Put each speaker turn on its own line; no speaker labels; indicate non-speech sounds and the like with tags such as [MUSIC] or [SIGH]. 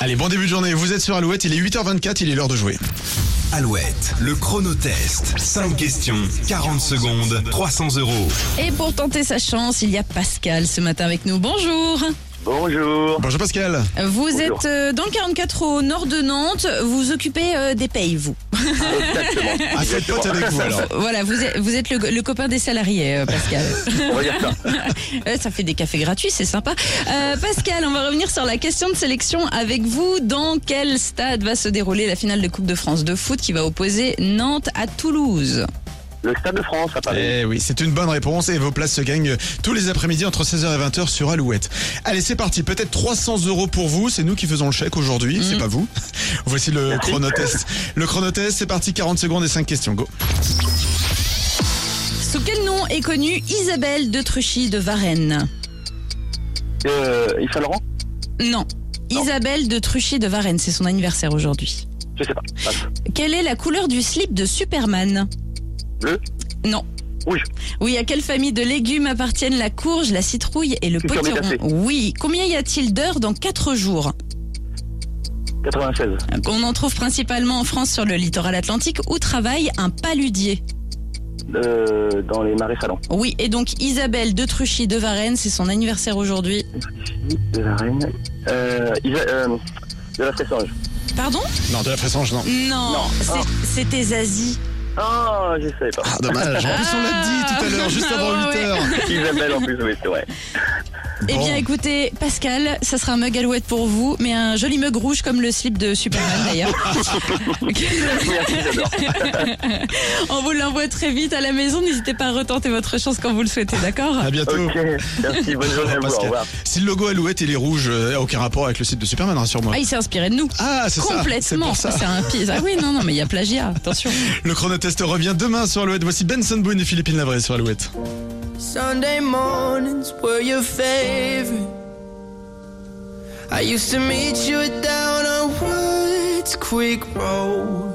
Allez, bon début de journée. Vous êtes sur Alouette, il est 8h24, il est l'heure de jouer.
Alouette, le chronotest. 5 questions, 40 secondes, 300 euros.
Et pour tenter sa chance, il y a Pascal ce matin avec nous. Bonjour.
Bonjour.
Bonjour
[LAUGHS]
Pascal.
Vous
Bonjour.
êtes euh, dans le 44 au nord de Nantes. Vous occupez euh, des payes, vous.
Exactement.
À cette pote
Exactement.
avec vous alors.
Voilà, vous êtes, vous êtes le, le copain des salariés, euh, Pascal.
On va dire ça.
[LAUGHS] Euh, ça fait des cafés gratuits, c'est sympa. Euh, Pascal, on va revenir sur la question de sélection avec vous. Dans quel stade va se dérouler la finale de Coupe de France de foot qui va opposer Nantes à Toulouse
Le Stade de France à Paris.
Eh oui, c'est une bonne réponse et vos places se gagnent tous les après-midi entre 16h et 20h sur Alouette. Allez, c'est parti. Peut-être 300 euros pour vous. C'est nous qui faisons le chèque aujourd'hui,
Mhm.
c'est pas
[LAUGHS]
vous. Voici le chronotest. Le chronotest, c'est parti. 40 secondes et 5 questions. Go.
Sous quel nom est connue Isabelle de Truchy de Varennes
Euh, Yves Saint Laurent
Non.
Non.
Isabelle de Truchy de Varennes, c'est son anniversaire aujourd'hui.
Je sais pas. Passe.
Quelle est la couleur du slip de Superman
Bleu
Non.
Rouge.
Oui, à quelle famille de légumes appartiennent la courge, la citrouille et le potiron
Cucurbitacées.
Oui. Combien y a-t-il d'heures dans 4 jours
96.
On en trouve principalement en France sur le littoral atlantique où travaille un paludier.
Euh, dans les marais salants.
Oui, et donc Isabelle de Truchy de Varennes, c'est son anniversaire aujourd'hui.
De la Reine. Euh, Isa- euh, de la Fressange.
Pardon
Non, de la pressange, non.
Non,
Non.
c'est-
Ah.
c'était Zazie.
Ah, je savais pas.
[LAUGHS] Ah, dommage. En plus, on l'a dit tout à l'heure, juste avant
Ah ouais.
8h.
Isabelle en plus, oui, c'est vrai.
Eh
Bon.
bien, écoutez, Pascal, ça sera un mug alouette pour vous, mais un joli mug rouge comme le slip de Superman
[LAUGHS]
d'ailleurs.
Merci, j'adore.
[LAUGHS] On vous l'envoie très vite à la maison. N'hésitez pas à retenter votre chance quand vous le souhaitez, d'accord
À bientôt.
Ok, merci, bonne
Au
journée à
revoir,
vous. Au
Pascal.
revoir.
Si le logo Alouette il est rouge, euh, aucun rapport avec le site de Superman, rassure-moi.
Ah, il s'est inspiré de nous.
Ah, c'est ça. C'est
Complètement.
pour ça.
C'est un pire. Ah oui, non, non, mais il y a plagiat. Attention.
Le chronotest revient demain sur Alouette. Voici Benson Boone et Philippine Lavray sur Alouette.
Sunday mornings were your favorite. I used to meet you down on Woods Creek Road.